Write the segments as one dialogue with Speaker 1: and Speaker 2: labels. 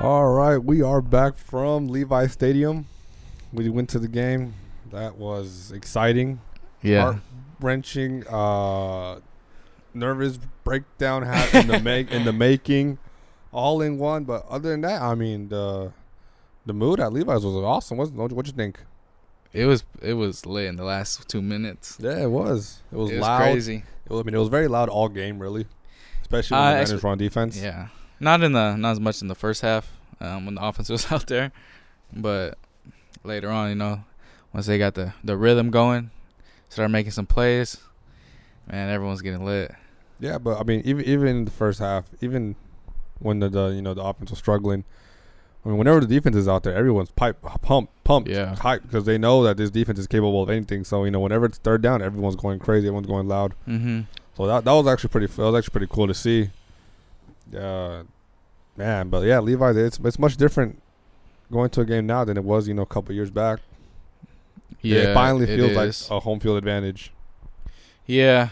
Speaker 1: right, we are back from Levi Stadium. We went to the game. That was exciting,
Speaker 2: Yeah.
Speaker 1: wrenching, uh, nervous breakdown hat in the make in the making, all in one. But other than that, I mean the the mood at Levi's was awesome. Wasn't it? what you think?
Speaker 2: It was it was lit in the last two minutes.
Speaker 1: Yeah, it was. It was,
Speaker 2: It was
Speaker 1: loud.
Speaker 2: crazy.
Speaker 1: It was- I mean, it was very loud all game, really. Especially when
Speaker 2: Uh,
Speaker 1: the Niners
Speaker 2: actually-
Speaker 1: were on defense.
Speaker 2: Yeah. Not in the not as much in the first half, um, when the offense was out there. But later on, you know, once they got the, the rhythm going, started making some plays, man, everyone's getting lit.
Speaker 1: Yeah, but I mean, even even in the first half, even when the, the you know the offense was struggling, I mean, whenever the defense is out there, everyone's pipe pump pumped,
Speaker 2: Yeah.
Speaker 1: hype because they know that this defense is capable of anything. So you know, whenever it's third down, everyone's going crazy, everyone's going loud.
Speaker 2: Mm-hmm.
Speaker 1: So that that was actually pretty that was actually pretty cool to see. Uh, man, but yeah, Levi's it's it's much different going to a game now than it was you know a couple years back. it finally feels
Speaker 2: is.
Speaker 1: like a home field advantage.
Speaker 2: Yeah,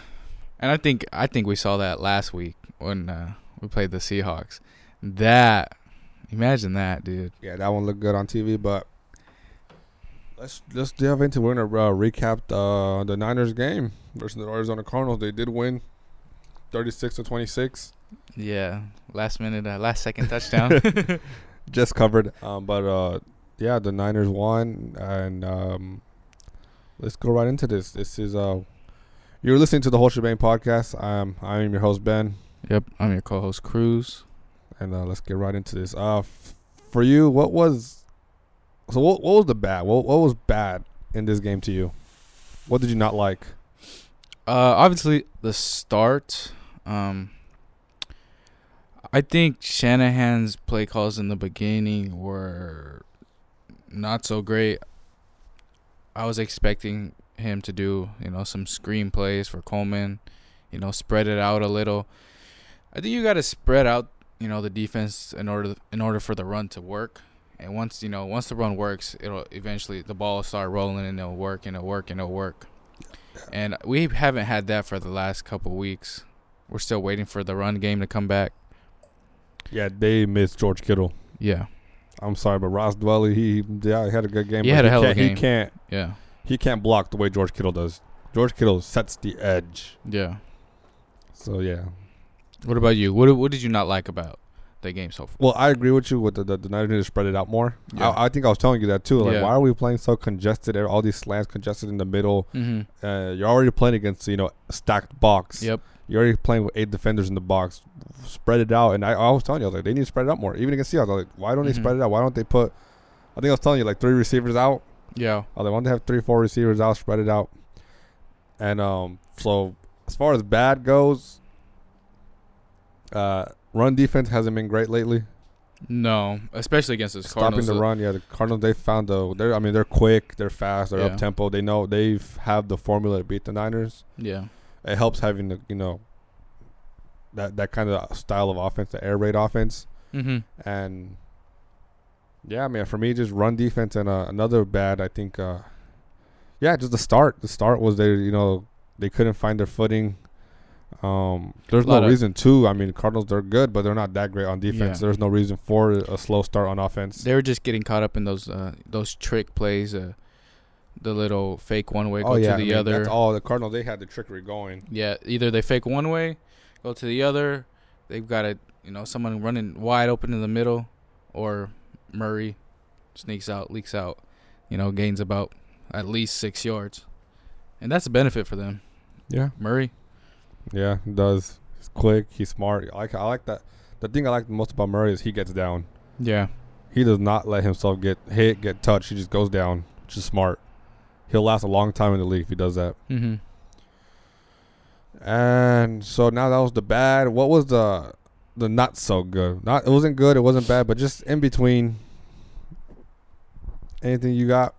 Speaker 2: and I think I think we saw that last week when uh, we played the Seahawks. That imagine that, dude.
Speaker 1: Yeah, that one looked good on TV, but let's let's delve into. We're gonna uh, recap the the Niners game versus the Arizona Cardinals. They did win, thirty six to twenty six.
Speaker 2: Yeah, last minute, uh, last second touchdown.
Speaker 1: Just covered, um, but uh, yeah, the Niners won, and um, let's go right into this. This is uh, you're listening to the whole shebang podcast. Um, I am your host Ben,
Speaker 2: yep, I'm your co-host Cruz.
Speaker 1: and uh, let's get right into this. Uh, f- for you, what was so? What, what was the bad? What what was bad in this game to you? What did you not like?
Speaker 2: Uh, obviously the start. Um, I think Shanahan's play calls in the beginning were not so great. I was expecting him to do, you know, some screen plays for Coleman, you know, spread it out a little. I think you got to spread out, you know, the defense in order in order for the run to work. And once, you know, once the run works, it'll eventually the ball will start rolling and it'll work and it'll work and it'll work. And we haven't had that for the last couple weeks. We're still waiting for the run game to come back.
Speaker 1: Yeah, they missed George Kittle.
Speaker 2: Yeah.
Speaker 1: I'm sorry, but Ross Dwelly, he yeah, he had a good game.
Speaker 2: He
Speaker 1: but
Speaker 2: had a hell of a
Speaker 1: can't,
Speaker 2: game.
Speaker 1: He can't
Speaker 2: Yeah.
Speaker 1: he can't block the way George Kittle does. George Kittle sets the edge.
Speaker 2: Yeah.
Speaker 1: So yeah.
Speaker 2: What about you? What what did you not like about the game so far?
Speaker 1: Well, I agree with you with the the, the Niners need to spread it out more.
Speaker 2: Yeah.
Speaker 1: I, I think I was telling you that too. Like,
Speaker 2: Yeah.
Speaker 1: why are we playing so congested? All these slants congested in the middle.
Speaker 2: Mm-hmm.
Speaker 1: Uh, you're already playing against you know stacked box.
Speaker 2: Yep.
Speaker 1: You're already playing with eight defenders in the box. Spread it out. And I, I was telling you, I was like, they need to spread it out more. Even against Seahawks, I was like, why don't
Speaker 2: Mhm.
Speaker 1: they spread it out? Why don't they put? I think I was telling you like three receivers out.
Speaker 2: Yeah.
Speaker 1: Uh, they wanted to have three, four receivers out, spread it out. And um, so as far as bad goes, uh, run defense hasn't been great lately.
Speaker 2: No, especially against this
Speaker 1: Stopping
Speaker 2: Cardinals. uh,
Speaker 1: the run, yeah. The Cardinals they found the. They're I mean they're quick, they're fast, they're
Speaker 2: Yeah.
Speaker 1: up tempo. They know they've have the formula to beat the Niners.
Speaker 2: Yeah.
Speaker 1: It helps having the you know that that kind of style of offense, the air raid offense.
Speaker 2: Mm-hmm.
Speaker 1: And yeah, man, for me, just run defense and uh, another bad. I think, uh, yeah, just the start. The start was they, you know, they couldn't find their footing. Um, there's no
Speaker 2: Lotta-
Speaker 1: reason to. I mean, Cardinals they're good, but they're not that great on defense.
Speaker 2: Yeah.
Speaker 1: There's no reason for a slow start on offense.
Speaker 2: They were just getting caught up in those uh, those trick plays, uh, the little fake one way go
Speaker 1: oh yeah,
Speaker 2: to
Speaker 1: I
Speaker 2: the
Speaker 1: mean,
Speaker 2: other.
Speaker 1: That's all the Cardinals. They had the trickery going.
Speaker 2: yeah, either they fake one way, go to the other. They've got a you know someone running wide open in the middle, or Murray sneaks out, leaks out, you know gains about at least six yards, and that's a benefit for them.
Speaker 1: Yeah,
Speaker 2: Murray.
Speaker 1: yeah, it does. He's quick. He's smart. I like. I like that. The thing I like most about Murray is he gets down.
Speaker 2: Yeah.
Speaker 1: He does not let himself get hit, get touched. He just goes down, which is smart. He'll last a long time in the league if he does that.
Speaker 2: Mm-hmm.
Speaker 1: And so now that was the bad. What was the the not so good? Not it wasn't good. It wasn't bad, but just in between. Anything you got?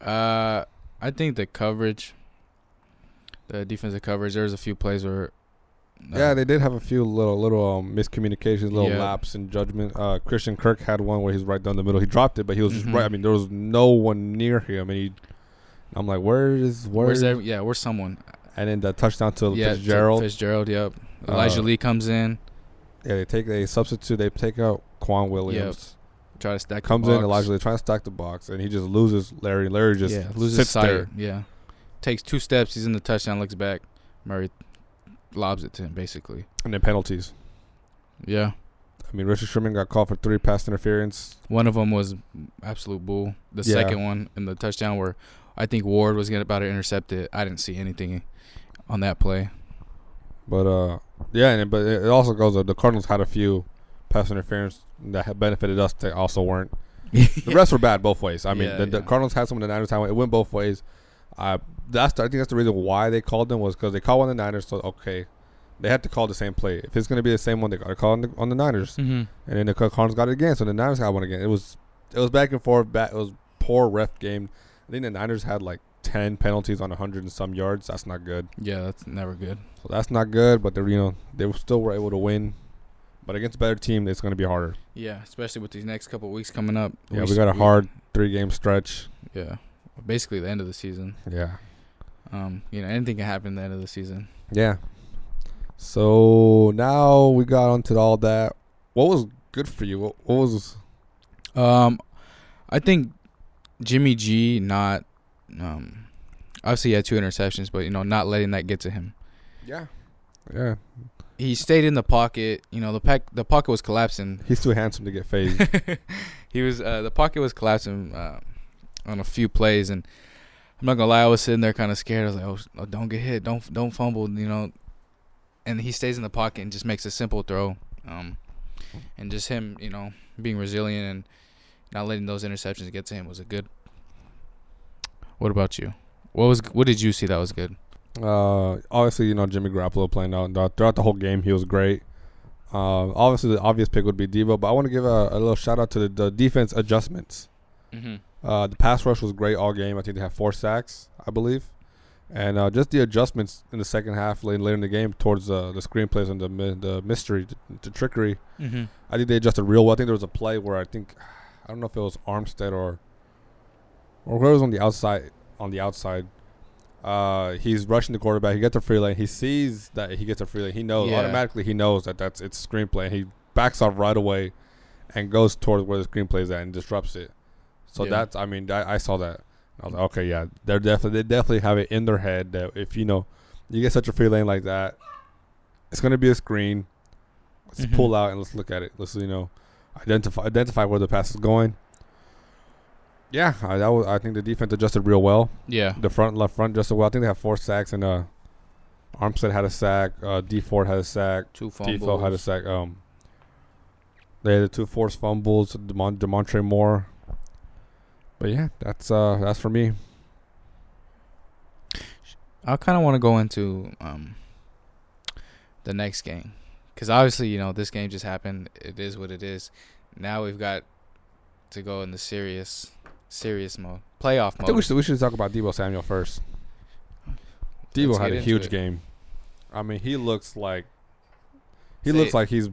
Speaker 2: Uh, I think the coverage, the defensive coverage. There's a few plays where. uh,
Speaker 1: yeah, they did have a few little little um, miscommunications, little
Speaker 2: Yeah.
Speaker 1: laps in judgment. Uh, Christian Kirk had one where he's right down the middle. He dropped it, but he was
Speaker 2: Mhm.
Speaker 1: just right. I mean, there was no one near him, and he. I'm like, where is where?
Speaker 2: where's there? Yeah, where's someone?
Speaker 1: And then the touchdown to
Speaker 2: yeah,
Speaker 1: Fitzgerald.
Speaker 2: Fitzgerald. Yep. Elijah
Speaker 1: Uh,
Speaker 2: Lee comes in.
Speaker 1: Yeah, they take they substitute. They take out Quan Williams.
Speaker 2: try to stack. the
Speaker 1: Comes in,
Speaker 2: box.
Speaker 1: Elijah Lee trying to stack the box, and he just loses Larry. Larry just
Speaker 2: yeah, loses
Speaker 1: sits
Speaker 2: sight.
Speaker 1: there.
Speaker 2: Yeah, takes two steps. He's in the touchdown. Looks back. Murray lobs it to him. Basically.
Speaker 1: And then penalties.
Speaker 2: Yeah.
Speaker 1: I mean, Richard Sherman got called for three pass interference.
Speaker 2: One of them was absolute bull. The
Speaker 1: Yeah.
Speaker 2: second one in the touchdown where I think Ward was gonna about to intercept it. I didn't see anything on that play.
Speaker 1: But uh, yeah, and but it also goes that the Cardinals had a few pass interference that had benefited us that also weren't. The rest were bad both ways. I mean,
Speaker 2: Yeah,
Speaker 1: the, the
Speaker 2: yeah.
Speaker 1: Cardinals had some in the Niners time. It went both ways. Uh, that's the, I think that's the reason why they called them was because they called one of the Niners. So okay, they had to call the same play. If it's gonna be the same one, they got to call on the, on the Niners.
Speaker 2: mm-hmm.
Speaker 1: And then the Car- Cardinals got it again. So the Niners got one again. It was it was back and forth. Back, it was poor ref game. I think the Niners had like ten penalties on hundred and some yards. That's not good.
Speaker 2: Yeah, that's never good.
Speaker 1: So that's not good. But they were, you know they were still were able to win. But against a better team, it's gonna be harder.
Speaker 2: Yeah, especially with these next couple weeks coming up.
Speaker 1: yeah, we got a
Speaker 2: s-
Speaker 1: hard three game stretch.
Speaker 2: Yeah, basically the end of the season.
Speaker 1: Yeah.
Speaker 2: Um, you know, anything can happen at the end of the season.
Speaker 1: Yeah. So now we got onto all that. What was good for you? What, what was
Speaker 2: Um, I think Jimmy G not, um, obviously he had two interceptions, but you know, not letting that get to him.
Speaker 1: yeah, yeah?
Speaker 2: He stayed in the pocket. You know, the pack the pocket was collapsing.
Speaker 1: He's too handsome to get phased.
Speaker 2: he was uh, the pocket was collapsing uh, on a few plays, and I'm not gonna lie, I was sitting there kind of scared. I was like, "Oh, sh- oh, don't get hit, don't don't fumble," you know. And he stays in the pocket and just makes a simple throw, um, and just him, you know, being resilient and not letting those interceptions get to him was a good. What about you? What was what did you see that was good?
Speaker 1: Uh, obviously, you know Jimmy Garoppolo playing out th- throughout the whole game. He was great. Uh, obviously, the obvious pick would be Devo, but I want to give a, a little shout out to the, the defense adjustments.
Speaker 2: Mm-hmm.
Speaker 1: Uh, the pass rush was great all game. I think they had four sacks, I believe, and uh, just the adjustments in the second half, late- later in the game, towards uh, the screenplays and the mi- the mystery, the, the trickery.
Speaker 2: Mm-hmm.
Speaker 1: I think they adjusted real well. I think there was a play where I think I don't know if it was Armstead or or whoever was on the outside on the outside. Uh, he's rushing the quarterback. He gets a free lane. He sees that he gets a free lane. He knows
Speaker 2: Yeah.
Speaker 1: automatically. He knows that that's it's screenplay. And he backs off right away and goes towards where the screenplay is at and disrupts it. So
Speaker 2: Yeah.
Speaker 1: that's I mean that, I saw that. I was like, okay, yeah, they're definitely they definitely have it in their head that if you know you get such a free lane like that, it's gonna be a screen. Let's
Speaker 2: Mhm.
Speaker 1: pull out and let's look at it. Let's you know identify identify where the pass is going. Yeah, I, that was, I think the defense adjusted real well.
Speaker 2: Yeah.
Speaker 1: The front left front adjusted well. I think they had four sacks and uh, Armstead had a sack. Uh, D Ford had a sack.
Speaker 2: Two
Speaker 1: D Ford had a
Speaker 2: fumbles.
Speaker 1: sack. Um, they had the two forced fumbles. Demont- Demontre Moore. But yeah, that's uh that's for me.
Speaker 2: I kind of want to go into um, the next game because obviously you know this game just happened. It is what it is. Now we've got to go in the serious, serious mode, playoff
Speaker 1: I
Speaker 2: mode.
Speaker 1: think we should we should talk about Debo Samuel first. Debo
Speaker 2: Let's
Speaker 1: had
Speaker 2: get
Speaker 1: a
Speaker 2: into
Speaker 1: huge
Speaker 2: it.
Speaker 1: game. I mean, he looks like he
Speaker 2: Say-
Speaker 1: looks like he's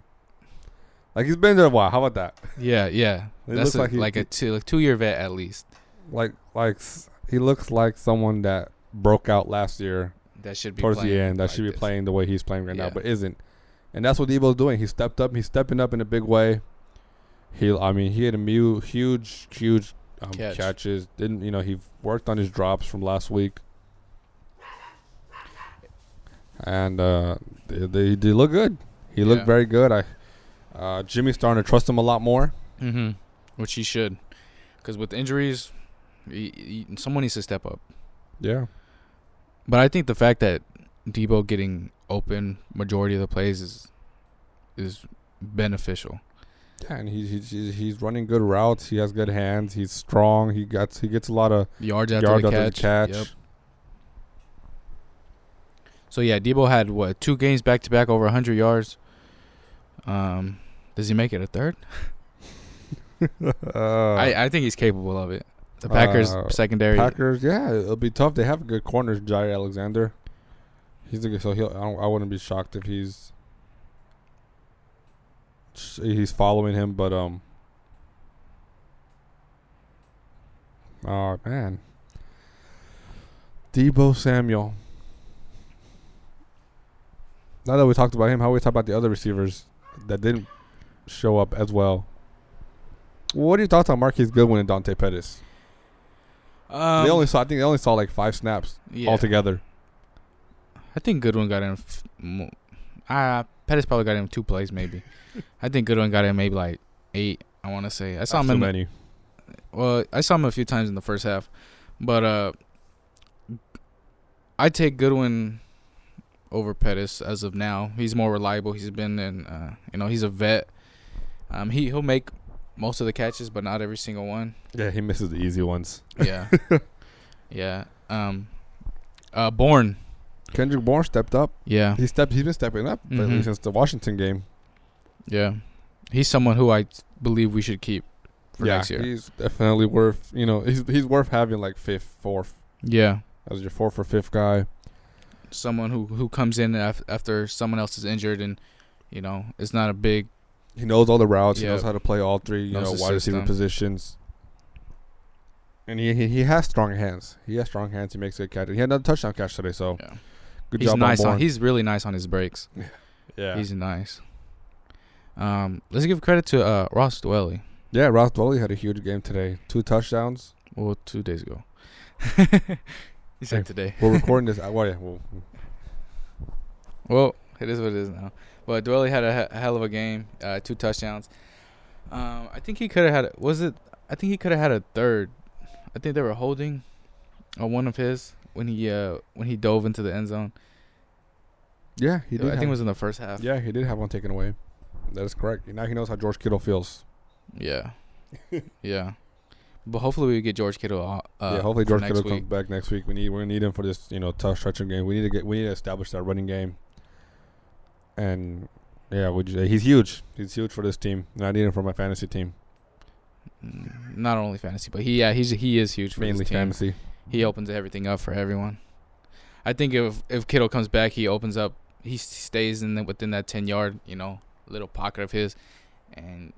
Speaker 1: like he's been there a while. How about that?
Speaker 2: Yeah, yeah.
Speaker 1: It
Speaker 2: That's
Speaker 1: looks
Speaker 2: a,
Speaker 1: like
Speaker 2: like,
Speaker 1: he-
Speaker 2: a two like two year vet at least
Speaker 1: Like like s- he looks like someone that broke out last year
Speaker 2: that should be
Speaker 1: towards the
Speaker 2: playing
Speaker 1: end that
Speaker 2: like
Speaker 1: should be
Speaker 2: this.
Speaker 1: playing the way he's playing right now,
Speaker 2: Yeah.
Speaker 1: but isn't. And that's what Debo's doing. He stepped up. He's stepping up in a big way. He I mean he had a mu- huge huge um,
Speaker 2: Catch.
Speaker 1: catches. Didn't you know he worked on his drops from last week. And uh, they, they, they look good. He looked
Speaker 2: Yeah.
Speaker 1: very good. I uh, Jimmy's starting to trust him a lot more.
Speaker 2: Mm-hmm. Which he should, because with injuries, he, he, someone needs to step up.
Speaker 1: Yeah.
Speaker 2: But I think the fact that Debo getting open majority of the plays is is beneficial.
Speaker 1: Yeah, and he, he, he's he's running good routes. He has good hands. He's strong. He gets he gets a lot of
Speaker 2: Yards after
Speaker 1: yards
Speaker 2: the
Speaker 1: after
Speaker 2: catch.
Speaker 1: the catch.
Speaker 2: Yep. So yeah, Debo had what two games back to back over 100 yards. Um, does he make it a third?
Speaker 1: Uh,
Speaker 2: I, I think he's capable of it. The Packers
Speaker 1: Uh,
Speaker 2: secondary.
Speaker 1: Packers, yeah, it'll be tough. They have good corners, Jair Alexander. He's a good, so he'll. I, don't, I wouldn't be shocked if he's he's following him, but um. Oh man, Debo Samuel. Now that we talked about him, how we talk about the other receivers that didn't show up as well? What are your thoughts on Marquise Goodwin and Dante Pettis?
Speaker 2: Um,
Speaker 1: they only saw, I think, they only saw like five snaps
Speaker 2: yeah.
Speaker 1: altogether.
Speaker 2: I think Goodwin got in. f- mo- Uh, Pettis probably got in two plays, maybe. I think Goodwin got in maybe like eight. I want to say I saw
Speaker 1: That's
Speaker 2: him
Speaker 1: too
Speaker 2: in the-
Speaker 1: many.
Speaker 2: Well, I saw him a few times in the first half, but uh, I take Goodwin over Pettis as of now. He's more reliable. He's been in, uh, you know, he's a vet. Um, he he'll make most of the catches, but not every single one.
Speaker 1: Yeah, he misses the easy ones.
Speaker 2: Yeah, yeah. Um, uh, Born.
Speaker 1: Kendrick Bourne stepped up.
Speaker 2: Yeah,
Speaker 1: He stepped. He's been stepping up but
Speaker 2: Mhm.
Speaker 1: since the Washington game.
Speaker 2: yeah. He's someone who I believe we should keep for
Speaker 1: yeah,
Speaker 2: next year.
Speaker 1: he's definitely worth. You know, he's he's worth having like fifth, fourth
Speaker 2: yeah,
Speaker 1: as your fourth or fifth guy.
Speaker 2: someone who who comes in af- after someone else is injured and. You know, it's not a big
Speaker 1: He knows all the routes.
Speaker 2: Yeah.
Speaker 1: He knows how to play all three. You
Speaker 2: Knows
Speaker 1: know,
Speaker 2: the
Speaker 1: wide receiver
Speaker 2: system.
Speaker 1: positions. And he, he he has strong hands. He has strong hands. He makes good catch. And he had another touchdown catch today. So
Speaker 2: Yeah.
Speaker 1: good
Speaker 2: he's
Speaker 1: job
Speaker 2: nice
Speaker 1: on
Speaker 2: on,
Speaker 1: Bourne.
Speaker 2: he's really nice on his breaks.
Speaker 1: yeah.
Speaker 2: He's nice. Um, let's give credit to uh, Ross Dwelly.
Speaker 1: yeah, Ross Dwelly had a huge game today. Two touchdowns.
Speaker 2: Well, two days ago. he
Speaker 1: Hey.
Speaker 2: said today.
Speaker 1: We're recording this. uh, Well, yeah, well,
Speaker 2: Well, it is what it is now. But Dwelly had a, he- hell of a game. Uh, two touchdowns. Um, I think he could have had. a- Was it? I think he could have had a third. I think they were holding on one of his when he uh when he dove into the end zone.
Speaker 1: yeah, he did.
Speaker 2: I think it
Speaker 1: have-
Speaker 2: was in the first half.
Speaker 1: Yeah, he did have one taken away. That is correct. Now he knows how George Kittle feels.
Speaker 2: Yeah. yeah. But hopefully we get George Kittle. Uh,
Speaker 1: yeah, hopefully
Speaker 2: for
Speaker 1: George
Speaker 2: next
Speaker 1: Kittle
Speaker 2: week.
Speaker 1: comes back next week. We need we're gonna need him for this you know tough stretch of game. We need to get we need to establish that running game. And yeah, would you, he's huge. He's huge for this team, and I need him for my fantasy team,
Speaker 2: Mm, not only fantasy, but he yeah he's he is huge for
Speaker 1: mainly
Speaker 2: Mainly team.
Speaker 1: fantasy.
Speaker 2: He opens everything up for everyone. I think if if Kittle comes back, he opens up. He s- stays in the, within that ten yard you know little pocket of his, and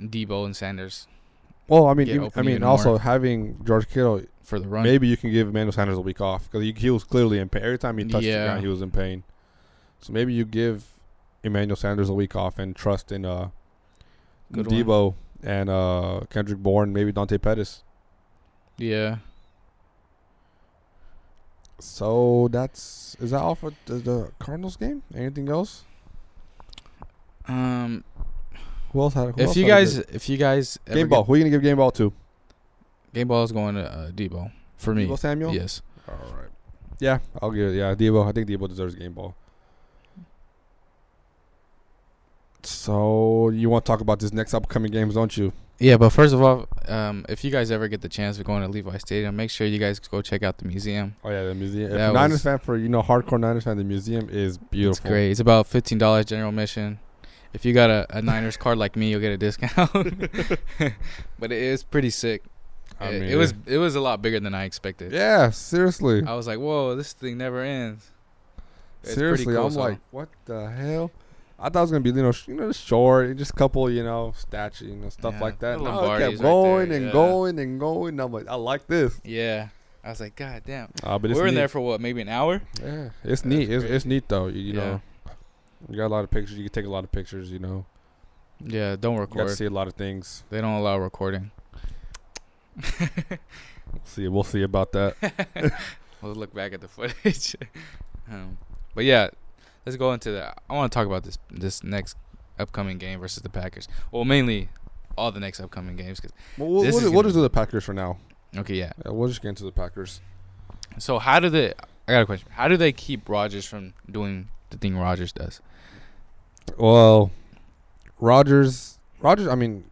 Speaker 2: Debo and Sanders
Speaker 1: Well, I mean,
Speaker 2: Get
Speaker 1: even- I
Speaker 2: open
Speaker 1: mean,
Speaker 2: even
Speaker 1: also
Speaker 2: more.
Speaker 1: having George Kittle,
Speaker 2: for the run.
Speaker 1: maybe you can give Emmanuel Sanders a week off because he, he was clearly in pain. Every time he touched
Speaker 2: Yeah.
Speaker 1: the ground, he was in pain. So maybe you give Emmanuel Sanders a week off and trust in uh,
Speaker 2: Good one.
Speaker 1: Debo and uh, Kendrick Bourne, maybe Dante Pettis.
Speaker 2: Yeah,
Speaker 1: So that's is that all for the, the Cardinals game? Anything else?
Speaker 2: um.
Speaker 1: Who else? Had, who
Speaker 2: if
Speaker 1: else
Speaker 2: you
Speaker 1: had a
Speaker 2: guys,
Speaker 1: good-
Speaker 2: if you guys, ever
Speaker 1: game ball, who are you gonna give game ball to?
Speaker 2: get- game ball is going to uh, Debo for me.
Speaker 1: Debo Samuel.
Speaker 2: Yes,
Speaker 1: All right. Yeah, I'll give it. Yeah, Debo. I think Debo deserves game ball. So you want to talk about this next upcoming games, don't you?
Speaker 2: yeah. But first of all, um, if you guys ever get the chance of going to Levi Stadium, make sure you guys go check out the museum.
Speaker 1: Oh yeah, the museum.
Speaker 2: That
Speaker 1: If Niners
Speaker 2: was-
Speaker 1: fan for you know hardcore Niners fan, the museum is beautiful.
Speaker 2: It's great. It's about fifteen dollars general admission. If you got a, a Niners card like me, you'll get a discount. but it is pretty sick.
Speaker 1: I
Speaker 2: it,
Speaker 1: mean,
Speaker 2: it was it was a lot bigger than I expected.
Speaker 1: Yeah, seriously.
Speaker 2: I was like, whoa, this thing never ends. It's pretty
Speaker 1: Seriously,
Speaker 2: cool,
Speaker 1: I'm
Speaker 2: so-
Speaker 1: like, what the hell? I thought it was gonna be you know, sh- you know, short, just couple, you know, statue, you know, stuff
Speaker 2: Yeah,
Speaker 1: like that.
Speaker 2: the
Speaker 1: No, it
Speaker 2: Lombardi's
Speaker 1: kept
Speaker 2: right there,
Speaker 1: going and
Speaker 2: yeah.
Speaker 1: going and going. I'm like, I like this.
Speaker 2: Yeah. I was like, God damn.
Speaker 1: Uh, but
Speaker 2: We
Speaker 1: it's
Speaker 2: were in
Speaker 1: neat.
Speaker 2: there for what, maybe an hour?
Speaker 1: Yeah, it's
Speaker 2: That's
Speaker 1: neat. It's,
Speaker 2: great.
Speaker 1: it's neat though. You, you
Speaker 2: Yeah.
Speaker 1: know, you got a lot of pictures. You can take a lot of pictures. You know,
Speaker 2: Yeah, don't
Speaker 1: you got to
Speaker 2: record.
Speaker 1: see a lot of things.
Speaker 2: They don't allow recording.
Speaker 1: See, we'll see about that.
Speaker 2: We'll look back at the footage. um, but yeah, let's go into that. I want to talk about this this next upcoming game versus the Packers. Well, mainly all the next upcoming games. 'cause-
Speaker 1: Well, we'll,
Speaker 2: This
Speaker 1: we'll,
Speaker 2: is
Speaker 1: we'll
Speaker 2: gonna
Speaker 1: just do the Packers for now.
Speaker 2: okay, yeah.
Speaker 1: Yeah, we'll just get into the Packers.
Speaker 2: So how do they? I got a question. How do they keep Rogers from doing the thing Rogers does?
Speaker 1: Well, Rogers, Rogers. I mean,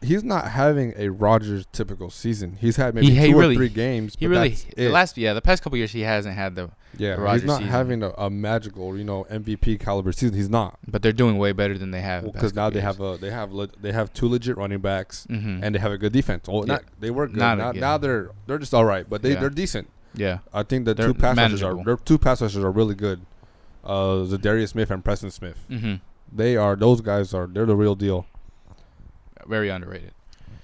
Speaker 1: he's not having a Rogers typical season. He's had maybe
Speaker 2: He- he
Speaker 1: two
Speaker 2: really-
Speaker 1: or three games.
Speaker 2: He
Speaker 1: but
Speaker 2: really
Speaker 1: that's
Speaker 2: the
Speaker 1: it.
Speaker 2: last yeah the past couple years he hasn't had the
Speaker 1: yeah.
Speaker 2: Rodgers
Speaker 1: he's not
Speaker 2: season.
Speaker 1: having a, a magical, you know, MVP caliber season. He's not
Speaker 2: but they're doing way better than they have
Speaker 1: because now they have a they have le- they have two legit running backs
Speaker 2: mm-hmm.
Speaker 1: and they have a good defense. Well,
Speaker 2: Yeah.
Speaker 1: not they were good.
Speaker 2: Not a-
Speaker 1: now,
Speaker 2: yeah.
Speaker 1: now they're they're just all right, but they
Speaker 2: Yeah.
Speaker 1: they're decent.
Speaker 2: yeah
Speaker 1: I think the
Speaker 2: They're
Speaker 1: two pass rushers are
Speaker 2: manageable.
Speaker 1: their two pass rushers are really good. Uh, the Darius Smith and Preston Smith.
Speaker 2: hmm
Speaker 1: They are those guys are they're the real deal.
Speaker 2: very underrated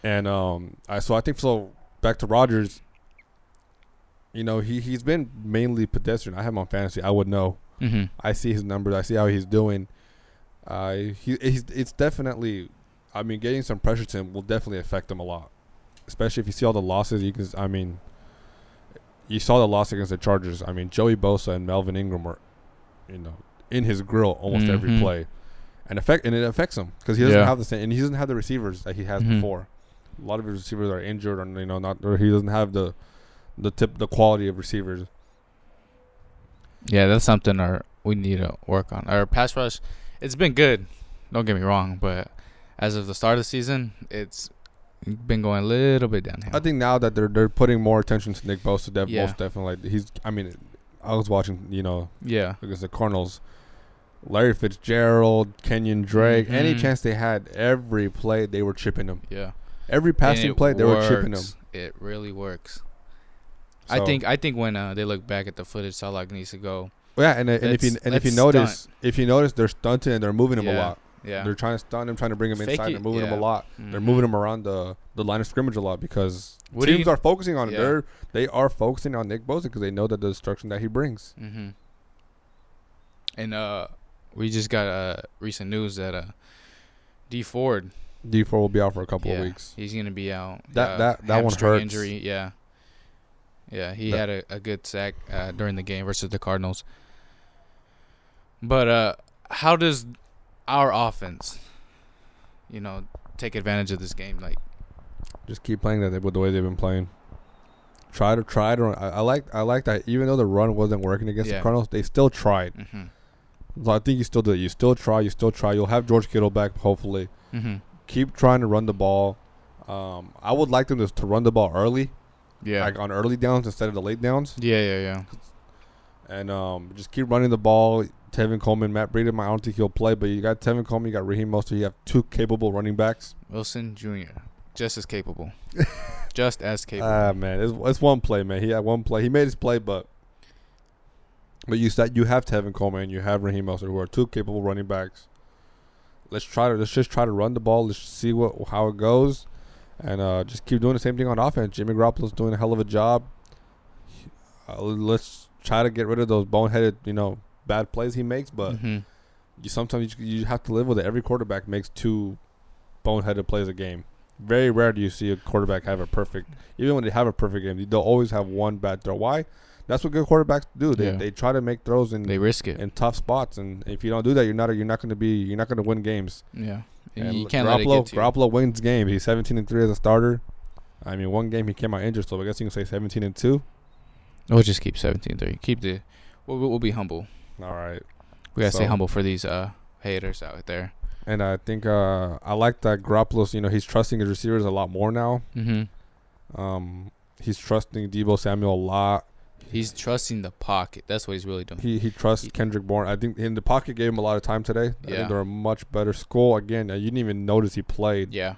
Speaker 1: And um, I so I think so. Back to Rogers. You know he he's been mainly pedestrian. I have him on fantasy. I would know.
Speaker 2: mm-hmm.
Speaker 1: I see his numbers. I see how he's doing. Uh, he he's it's definitely I mean, getting some pressure to him will definitely affect him a lot, especially if you see all the losses. You can, s- I mean, you saw the loss against the Chargers. I mean, Joey Bosa and Melvin Ingram were, you know, in his grill almost every
Speaker 2: Mhm.
Speaker 1: play, and affect and it affects him because he doesn't
Speaker 2: Yeah.
Speaker 1: have the same and he doesn't have the receivers that he has
Speaker 2: Mhm.
Speaker 1: before. A lot of his receivers are injured, and you know, not or he doesn't have the the tip the quality of receivers.
Speaker 2: Yeah, that's something our we need to work on. Our pass rush, it's been good. Don't get me wrong, but as of the start of the season, it's been going a little bit downhill.
Speaker 1: I think now that they're they're putting more attention to Nick Bosa, def-
Speaker 2: Yeah.
Speaker 1: most definitely. Like, he's, I mean, I was watching, you know,
Speaker 2: yeah,
Speaker 1: against the Cardinals, Larry Fitzgerald, Kenyon Drake, any
Speaker 2: Mhm.
Speaker 1: chance they had, every play they were chipping him.
Speaker 2: yeah.
Speaker 1: Every passing
Speaker 2: And it
Speaker 1: play they were chipping him.
Speaker 2: works. It really works. I
Speaker 1: So-
Speaker 2: think I think when uh, they look back at the footage, Salak needs to go.
Speaker 1: yeah, and, and if you
Speaker 2: Let's-
Speaker 1: and if you
Speaker 2: let's
Speaker 1: notice, if you notice, they're stunting and they're moving him a
Speaker 2: Yeah.
Speaker 1: lot.
Speaker 2: Yeah,
Speaker 1: They're trying to stunt him, trying to bring him
Speaker 2: Fake
Speaker 1: inside.
Speaker 2: it,
Speaker 1: They're moving him
Speaker 2: yeah.
Speaker 1: a lot. They're
Speaker 2: Mhm.
Speaker 1: moving him around the the line of scrimmage a lot because
Speaker 2: What do
Speaker 1: teams
Speaker 2: you-
Speaker 1: are focusing on
Speaker 2: Yeah.
Speaker 1: him. They're they are focusing on Nick Bosa because they know that the destruction that he brings.
Speaker 2: Mm-hmm. And uh, we just got uh recent news that uh, D Ford
Speaker 1: D four will be out for a couple
Speaker 2: yeah,
Speaker 1: of weeks.
Speaker 2: He's gonna be out.
Speaker 1: That- that- that one
Speaker 2: hamstring
Speaker 1: hurts.
Speaker 2: Injury, yeah, yeah. He
Speaker 1: That-
Speaker 2: had a, a good sack uh, during the game versus the Cardinals. But uh, how does our offense, you know, take advantage of this game? Like,
Speaker 1: Just keep playing that with the way they've been playing. Try to try to. I, I like I like that. Even though the run wasn't working against
Speaker 2: Yeah.
Speaker 1: the Cardinals, they still tried.
Speaker 2: mm-hmm,
Speaker 1: So I think you still do it. You still try. You still try. You'll have George Kittle back hopefully.
Speaker 2: mm-hmm.
Speaker 1: Keep trying to run the ball. Um, I would like them to, to run the ball early,
Speaker 2: yeah,
Speaker 1: like on early downs instead of the late downs,
Speaker 2: yeah, yeah, yeah.
Speaker 1: and um, just keep running the ball. Tevin Coleman, Matt Breedham. I don't think he'll play, but you got Tevin Coleman, you got Raheem Mostert. You have two capable running backs.
Speaker 2: Wilson Jr. just as capable, just as capable.
Speaker 1: Ah man, it's, it's one play, man. He had one play. He made his play, but but you said you have Tevin Coleman, and you have Raheem Mostert, who are two capable running backs. Let's try to let's just try to run the ball. Let's see what how it goes, and uh, just keep doing the same thing on offense. Jimmy Garoppolo's doing a hell of a job. Uh, let's try to get rid of those boneheaded, you know, bad plays he makes. But
Speaker 2: Mhm.
Speaker 1: you sometimes you, you have to live with it. Every quarterback makes two boneheaded plays a game. Very rare do you see a quarterback have a perfect. Even when they have a perfect game, they'll always have one bad throw. Why? That's what good quarterbacks do. They,
Speaker 2: Yeah.
Speaker 1: they try to make throws in,
Speaker 2: they risk it.
Speaker 1: in tough spots, and if you don't do that, you're not you're not going to be you're not going to win games.
Speaker 2: yeah,
Speaker 1: And
Speaker 2: you
Speaker 1: look,
Speaker 2: can't let it
Speaker 1: Garoppolo,
Speaker 2: get to you.
Speaker 1: Garoppolo wins games. He's 17 and three as a starter. I mean, one game he came out injured, so I guess you can say 17 and two.
Speaker 2: We'll just keep 17-3. Keep the. We'll, we'll be humble.
Speaker 1: All right.
Speaker 2: We gotta stay
Speaker 1: So-
Speaker 2: humble for these uh haters out there.
Speaker 1: And I think uh, I like that Garoppolo's. You know, he's trusting his receivers a lot more now.
Speaker 2: Mm-hmm.
Speaker 1: Um, he's trusting Debo Samuel a lot.
Speaker 2: He's trusting the pocket. That's what he's really doing.
Speaker 1: He he trusts Kendrick Bourne. I think in the pocket gave him a lot of time today. I
Speaker 2: Yeah.
Speaker 1: think they're a much better school. Again, uh, you didn't even notice he played.
Speaker 2: yeah.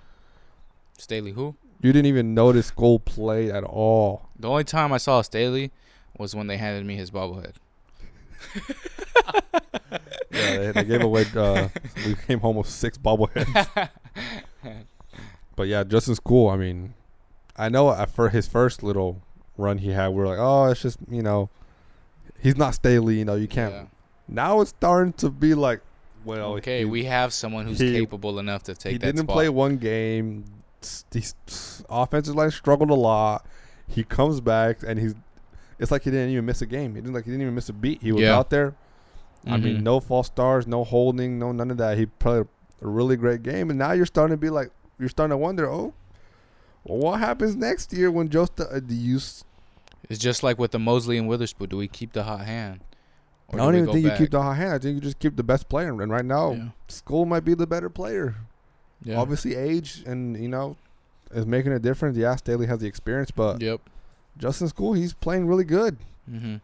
Speaker 2: Staley who?
Speaker 1: You didn't even notice Skull played at all.
Speaker 2: The only time I saw Staley was when they handed me his bobblehead.
Speaker 1: Yeah, they, they gave away. Uh, we came home with six bobbleheads. But yeah, Justin School. I mean, I know at for his first little run he had, we were like, oh, it's just you know, he's not Staley. You know, you can't.
Speaker 2: Yeah.
Speaker 1: Now it's starting to be like, well,
Speaker 2: Okay,
Speaker 1: he-
Speaker 2: we have someone who's
Speaker 1: he-
Speaker 2: capable enough to take
Speaker 1: he
Speaker 2: that
Speaker 1: didn't
Speaker 2: spot.
Speaker 1: play one game. S- These s- offensive line struggled a lot. He comes back and he's. It's like he didn't even miss a game. He didn't like he didn't even miss a beat. He was
Speaker 2: Yeah.
Speaker 1: out there. I
Speaker 2: Mhm.
Speaker 1: mean, no false stars, no holding, no none of that. He played a really great game, and now you're starting to be like you're starting to wonder, oh, well, what happens next year when Joe? Sta- uh, do you? s-
Speaker 2: It's just like with the Mosley and Witherspoon. Do we keep the hot hand?
Speaker 1: I
Speaker 2: do
Speaker 1: don't
Speaker 2: we
Speaker 1: even
Speaker 2: go
Speaker 1: think
Speaker 2: back?
Speaker 1: you keep the high hand. I think you just keep the best player, and right now,
Speaker 2: Yeah.
Speaker 1: school might be the better player.
Speaker 2: Yeah.
Speaker 1: Obviously, age and you know is making a difference. Yeah, Staley has the experience, but
Speaker 2: Yep.
Speaker 1: Justin School, he's playing really good.
Speaker 2: Mm-hmm.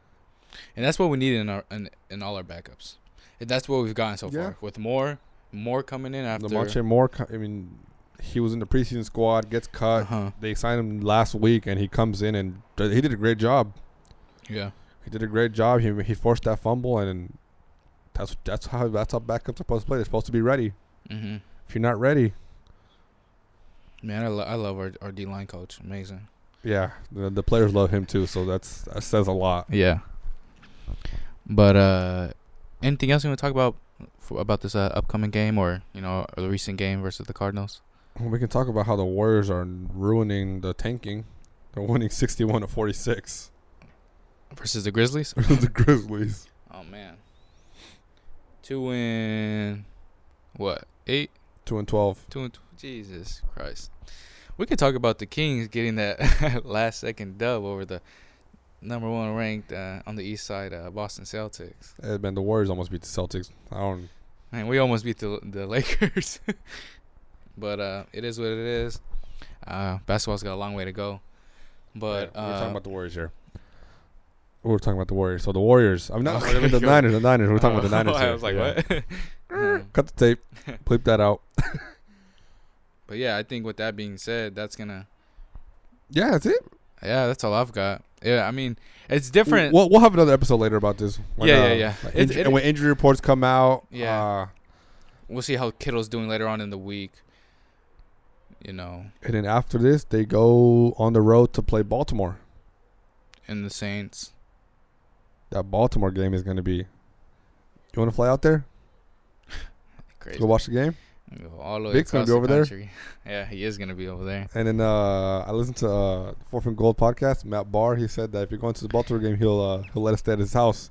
Speaker 2: And that's what we need in our in, in all our backups. And that's what we've gotten so
Speaker 1: Yeah.
Speaker 2: far. With more more coming in after.
Speaker 1: Lamonte Moore, co- I mean, he was in the preseason squad, gets cut.
Speaker 2: uh-huh.
Speaker 1: They signed him last week, and he comes in and d- he did a great job.
Speaker 2: Yeah.
Speaker 1: He did a great job. He he forced that fumble, and that's that's how that's how backups are supposed to play. They're supposed to be ready.
Speaker 2: Mm-hmm.
Speaker 1: If you're not ready,
Speaker 2: Man, I, lo- I love our, our D line coach. Amazing.
Speaker 1: yeah, the, the players love him too. So that's that says a lot.
Speaker 2: Yeah. But uh anything else you want to talk about for, about this uh, upcoming game or you know or the recent game versus the Cardinals?
Speaker 1: Well, we can talk about how the Warriors are ruining the tanking. They're winning sixty-one to forty-six
Speaker 2: Versus the Grizzlies?
Speaker 1: versus the Grizzlies.
Speaker 2: oh man. Two and what? Eight?
Speaker 1: Two and twelve.
Speaker 2: Two and two. Jesus Christ. We could talk about the Kings getting that last second dub over the number one ranked uh, on the East Side uh, Boston Celtics.
Speaker 1: Hey, Eh, man, the Warriors almost beat the Celtics. I don't.
Speaker 2: Man, we almost beat the the Lakers, but uh, it is what it is. Uh, basketball's got a long way to go, but
Speaker 1: we're talking
Speaker 2: uh,
Speaker 1: about the Warriors here. We're talking about the Warriors. So the Warriors. I'm not. I mean, the
Speaker 2: Okay.
Speaker 1: Niners. The Niners. We're talking about the
Speaker 2: Oh,
Speaker 1: Niners.
Speaker 2: I
Speaker 1: here.
Speaker 2: was like,
Speaker 1: Yeah.
Speaker 2: what? Um,
Speaker 1: Cut the tape. Bleep that out.
Speaker 2: but yeah, I think with that being said, that's gonna.
Speaker 1: Yeah, that's it.
Speaker 2: Yeah, that's all I've got. Yeah, I mean, it's different.
Speaker 1: We'll, we'll have another episode later about this. uh,
Speaker 2: Yeah, yeah, yeah.
Speaker 1: like,
Speaker 2: It-
Speaker 1: inj-
Speaker 2: it-
Speaker 1: and when injury reports come out.
Speaker 2: Yeah.
Speaker 1: Uh,
Speaker 2: We'll see how Kittle's doing later on in the week. You know,
Speaker 1: and then after this, they go on the road to play Baltimore.
Speaker 2: in the Saints.
Speaker 1: That Baltimore game is going to be. You want to fly out there?
Speaker 2: Crazy.
Speaker 1: Go watch the game.
Speaker 2: Go all the way
Speaker 1: Vic's gonna
Speaker 2: across
Speaker 1: be
Speaker 2: the
Speaker 1: over there.
Speaker 2: country. Yeah, he is gonna be over there.
Speaker 1: And then uh, I listened to uh, Fourth and Gold podcast. Matt Barr he said that if you're going to the Baltimore game, he'll uh, he'll let us stay at his house.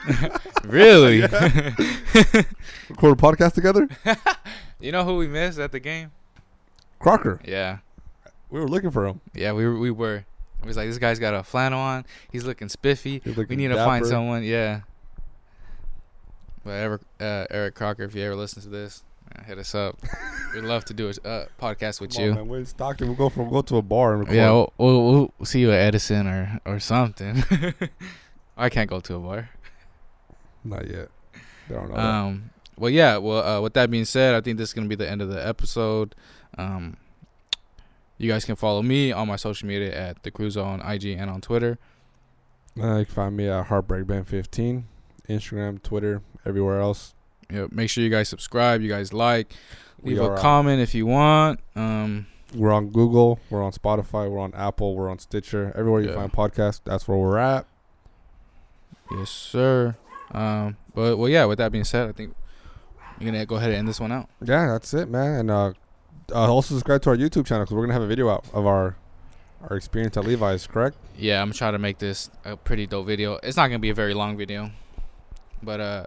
Speaker 2: really?
Speaker 1: Record a podcast together.
Speaker 2: you know who we missed at the game?
Speaker 1: Crocker.
Speaker 2: Yeah.
Speaker 1: We were looking for him.
Speaker 2: Yeah, we were- we were. It was like this guy's got a flannel on. He's looking spiffy.
Speaker 1: He's
Speaker 2: We
Speaker 1: looking
Speaker 2: need to find
Speaker 1: dapper.
Speaker 2: someone. Yeah. But Eric, uh, Eric Crocker, if you ever listen to this, uh, hit us up. We'd love to do a uh, podcast with
Speaker 1: Come on,
Speaker 2: you.
Speaker 1: man. We're in Stockton. We'll go from go to a bar and record.
Speaker 2: yeah, we'll, we'll, we'll see you at Edison or or something. I can't go to a bar.
Speaker 1: not yet. They don't know. that.
Speaker 2: Um. Well, yeah. Well, uh, with that being said, I think this is gonna be the end of the episode. Um. You guys can follow me on my social media at the Cruzo on IG and on Twitter.
Speaker 1: Uh, you can find me at HeartbreakBand15, Instagram, Twitter, everywhere else.
Speaker 2: Yeah, make sure you guys subscribe. You guys like.
Speaker 1: We
Speaker 2: Leave
Speaker 1: are
Speaker 2: a
Speaker 1: on-
Speaker 2: comment if you want. Um.
Speaker 1: We're on Google, we're on Spotify, we're on Apple, we're on Stitcher. Everywhere you
Speaker 2: Yeah.
Speaker 1: find podcasts, that's where we're at.
Speaker 2: Yes, sir. Um. But well, yeah. With that being said, I think I'm gonna go ahead and end this one out.
Speaker 1: Yeah, that's it, man. And uh, uh, also subscribe to our YouTube channel because we're gonna have a video out of our our experience at Levi's. Correct?
Speaker 2: Yeah, I'm gonna try to make this a pretty dope video. It's not gonna be a very long video, but uh,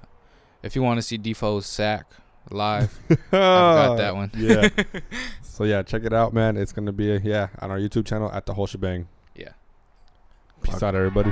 Speaker 2: if you want to see Defoe's sack live, I forgot that one.
Speaker 1: yeah. So yeah, check it out, man. It's gonna be yeah on our YouTube channel at the whole shebang.
Speaker 2: Yeah.
Speaker 1: Peace out, everybody.